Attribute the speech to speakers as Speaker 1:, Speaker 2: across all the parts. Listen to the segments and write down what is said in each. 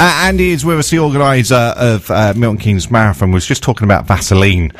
Speaker 1: Uh, Andy is with us, the organizer of uh, Milton Keynes Marathon. Was just talking about Vaseline,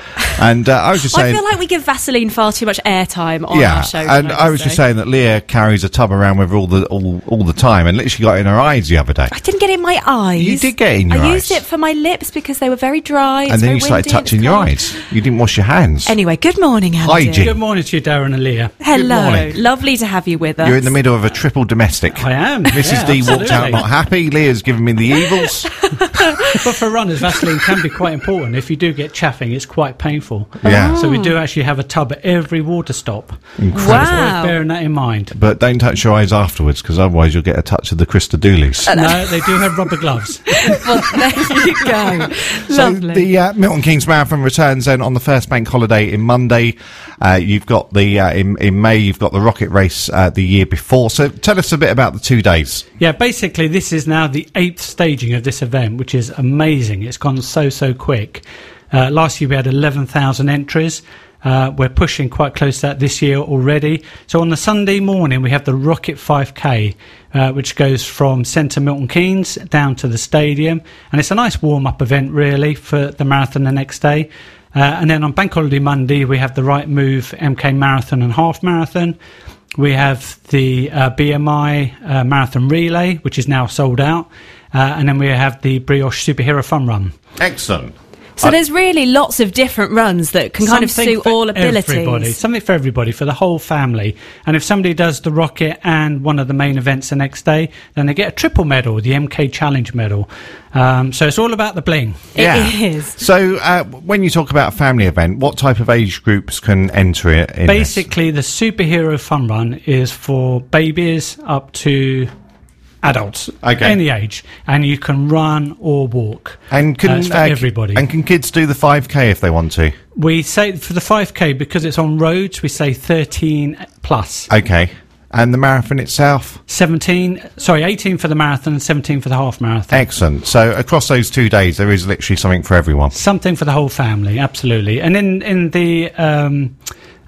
Speaker 1: and uh, I was just
Speaker 2: I
Speaker 1: saying.
Speaker 2: feel like we give Vaseline far too much airtime on
Speaker 1: yeah,
Speaker 2: our show.
Speaker 1: and I was just saying that Leah carries a tub around with her all the all, all the time, and literally got it in her eyes the other day.
Speaker 2: I didn't get it in my eyes.
Speaker 1: You did get it in your
Speaker 2: I
Speaker 1: eyes.
Speaker 2: used it for my lips because they were very dry. it's
Speaker 1: and then
Speaker 2: very
Speaker 1: you started
Speaker 2: windy, it's
Speaker 1: touching your
Speaker 2: cold.
Speaker 1: eyes. You didn't wash your hands.
Speaker 2: Anyway, good morning, Andy.
Speaker 1: Hygiene.
Speaker 3: Good morning to you, Darren and Leah.
Speaker 2: Hello.
Speaker 1: morning.
Speaker 2: Lovely to have you with us.
Speaker 1: You're in the middle of a triple domestic.
Speaker 3: I am.
Speaker 1: Mrs.
Speaker 3: yeah,
Speaker 1: D walked out
Speaker 3: absolutely.
Speaker 1: not happy. Leah's giving me the evils.
Speaker 3: But for runners, Vaseline can be quite important. If you do get chaffing, it's quite painful.
Speaker 1: Yeah.
Speaker 3: So we do actually have a tub at every water stop. Always
Speaker 2: Wow.
Speaker 3: bearing that in mind.
Speaker 1: But don't touch your eyes afterwards, because otherwise you'll get a touch of the
Speaker 2: Uh,
Speaker 1: Christadoulis.
Speaker 3: No, they do have rubber gloves.
Speaker 2: Well, there you go.
Speaker 1: So
Speaker 2: Lovely.
Speaker 1: the uh, Milton Keynes Marathon returns then on the first bank holiday in Monday. Uh, you've got the uh, in in May you've got the rocket race uh, the year before. So tell us a bit about the two days.
Speaker 3: Yeah, basically, this is now the eighth staging of this event, which is amazing. It's gone so, so quick. Uh, last year, we had 11,000 entries. Uh, we're pushing quite close to that this year already. So on the Sunday morning, we have the Rocket 5K, uh, which goes from centre Milton Keynes down to the stadium. And it's a nice warm up event, really, for the marathon the next day. Uh, and then on Bank Holiday Monday, we have the Right Move MK Marathon and Half Marathon. We have the uh, BMI uh, Marathon Relay, which is now sold out. Uh, and then we have the Brioche Superhero Fun Run.
Speaker 1: Excellent.
Speaker 2: so there's really lots of different runs that can kind of suit
Speaker 3: for
Speaker 2: all abilities.
Speaker 3: Everybody. Something for everybody, for the whole family. And if somebody does the rocket and one of the main events the next day, then they get a triple medal, the MK Challenge medal. Um, so it's all about the bling.
Speaker 2: It is.
Speaker 1: So uh, when you talk about a family event, what type of age groups can enter it? In this?
Speaker 3: Basically, the superhero fun run is for babies up to adults,
Speaker 1: Okay.
Speaker 3: any age, and you can run or walk.
Speaker 1: and
Speaker 3: Uh,
Speaker 1: can
Speaker 3: it's for
Speaker 1: uh,
Speaker 3: everybody.
Speaker 1: and can kids do the five k if they want to?
Speaker 3: we say for the five k because it's on roads. We say thirteen plus
Speaker 1: Okay. And the marathon itself,
Speaker 3: seventeen. Sorry, eighteen for the marathon and seventeen for the half marathon.
Speaker 1: excellent. So across those two days, there is literally something for everyone.
Speaker 3: Something for the whole family, absolutely. And in in the um,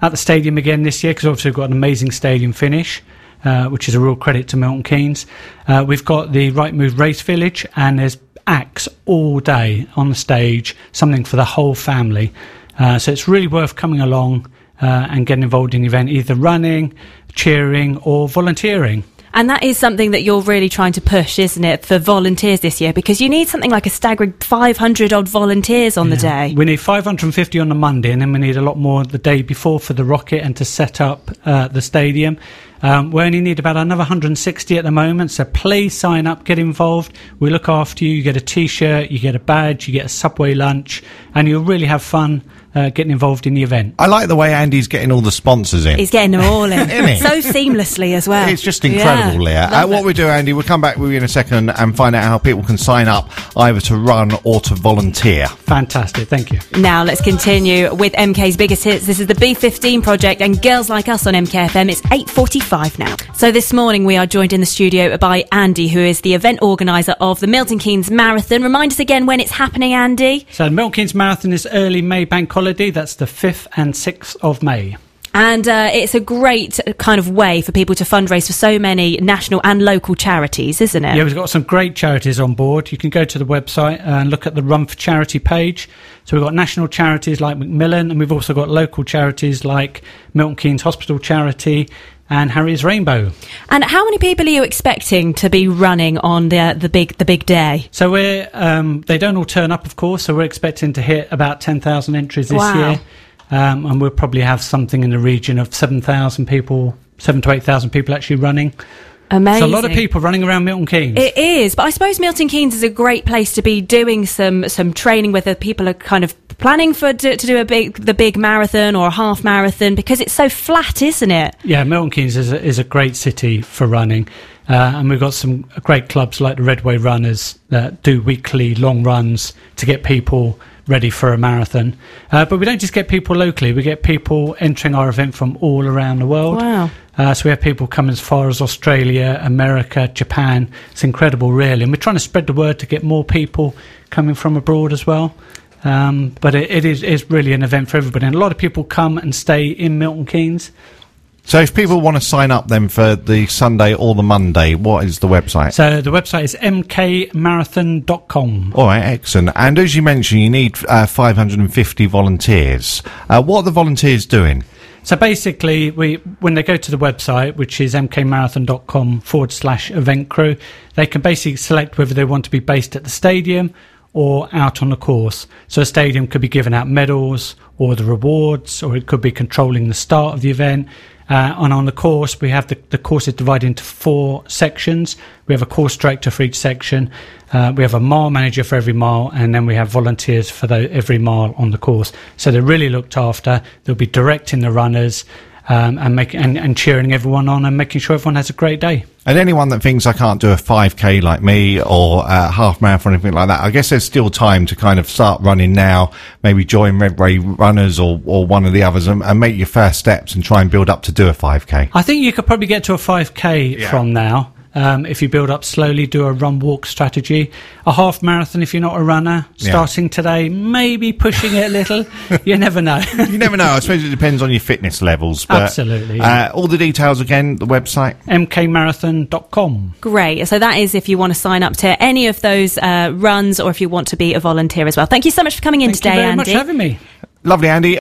Speaker 3: at the stadium again this year because obviously we've got an amazing stadium finish, uh, which is a real credit to Milton Keynes. Uh, we've got the Right Move Race Village, and there's acts all day on the stage, something for the whole family. Uh, so it's really worth coming along uh, and getting involved in the event, either running, cheering, or volunteering.
Speaker 2: And that is something that you're really trying to push, isn't it, for volunteers this year? Because you need something like a staggering 500 odd volunteers on the day.
Speaker 3: We need 550 on the Monday, and then we need a lot more the day before for the rocket and to set up uh, the stadium. Um, we only need about another 160 at the moment, so please sign up, get involved. We look after you. You get a T-shirt, you get a badge, you get a Subway lunch, and you'll really have fun uh, getting involved in the event.
Speaker 1: I like the way Andy's getting all the sponsors in.
Speaker 2: He's getting them all in
Speaker 1: Isn't he?
Speaker 2: so seamlessly as well.
Speaker 1: It's just incredible,
Speaker 2: Yeah.
Speaker 1: Leah. Uh, what we do, Andy, we'll come back with you in a second and find out how people can sign up either to run or to volunteer.
Speaker 3: Fantastic, thank you.
Speaker 2: Now let's continue with MK's biggest hits. This is the B15 project and Girls Like Us on MKFM. It's 8:45 now. So this morning we are joined in the studio by Andy, who is the event organizer of the Milton Keynes Marathon. Remind us again when it's happening, Andy.
Speaker 3: So Milkins Marathon is early May bank holiday. That's the 5th and 6th of May.
Speaker 2: And uh, it's a great kind of way for people to fundraise for so many national and local charities, isn't it?
Speaker 3: Yeah, we've got some great charities on board. You can go to the website and look at the Run for Charity page. So we've got national charities like Macmillan, and we've also got local charities like Milton Keynes Hospital Charity and Harry's Rainbow.
Speaker 2: And how many people are you expecting to be running on the the big the big day?
Speaker 3: So we're um, they don't all turn up, of course. So we're expecting to hit about ten thousand entries this
Speaker 2: Wow.
Speaker 3: year, um, and we'll probably have something in the region of seven thousand people, seven to eight thousand people actually running.
Speaker 2: Amazing.
Speaker 3: So a lot of people running around Milton Keynes.
Speaker 2: It is, but I suppose Milton Keynes is a great place to be doing some some training, whether people are kind of planning for to, to do a big the big marathon or a half marathon because it's so flat, isn't it?
Speaker 3: Yeah, Milton Keynes is a, is a great city for running, uh, and we've got some great clubs like the Redway Runners that do weekly long runs to get people ready for a marathon. Uh, but we don't just get people locally; we get people entering our event from all around the world.
Speaker 2: Wow.
Speaker 3: Uh, so we have people come as far as Australia, America, Japan. It's incredible, really, and we're trying to spread the word to get more people coming from abroad as well. Um, but it, it is it's really an event for everybody, and a lot of people come and stay in Milton Keynes
Speaker 1: So if people want to sign up then for the Sunday or the Monday, what is the website?
Speaker 3: So the website is mkmarathon.com.
Speaker 1: All right, excellent. And as you mentioned, you need uh, 550 volunteers. Uh, what are the volunteers doing?
Speaker 3: So basically, we when they go to the website, which is mkmarathon.com forward slash event crew, they can basically select whether they want to be based at the stadium or out on the course. So a stadium could be giving out medals or the rewards, or it could be controlling the start of the event. Uh, and on the course, we have the, the course is divided into four sections. We have a course director for each section. Uh, we have a mile manager for every mile, and then we have volunteers for the, every mile on the course. So they're really looked after. They'll be directing the runners um, and, make, and, and cheering everyone on and making sure everyone has a great day.
Speaker 1: And anyone that thinks I can't do a 5K like me or a half marathon or anything like that, I guess there's still time to kind of start running now, maybe join Red Ray Runners or, or one of the others and, and make your first steps and try and build up to do a 5K.
Speaker 3: I think you could probably get to a 5K
Speaker 1: Yeah.
Speaker 3: from now. Um, if you build up slowly, do a run walk strategy. A half marathon, if you're not a runner,
Speaker 1: Yeah.
Speaker 3: starting today, maybe pushing it a little. you never know.
Speaker 1: You never know. I suppose it depends on your fitness levels. But,
Speaker 3: Absolutely, yeah.
Speaker 1: Uh, all the details again, the website.
Speaker 3: mkmarathon.com.
Speaker 2: Great. So that is if you want to sign up to any of those uh, runs or if you want to be a volunteer as well. Thank you so much for coming in
Speaker 3: Thank
Speaker 2: today,
Speaker 3: you very
Speaker 2: Andy.
Speaker 3: much for having me.
Speaker 1: Lovely, Andy.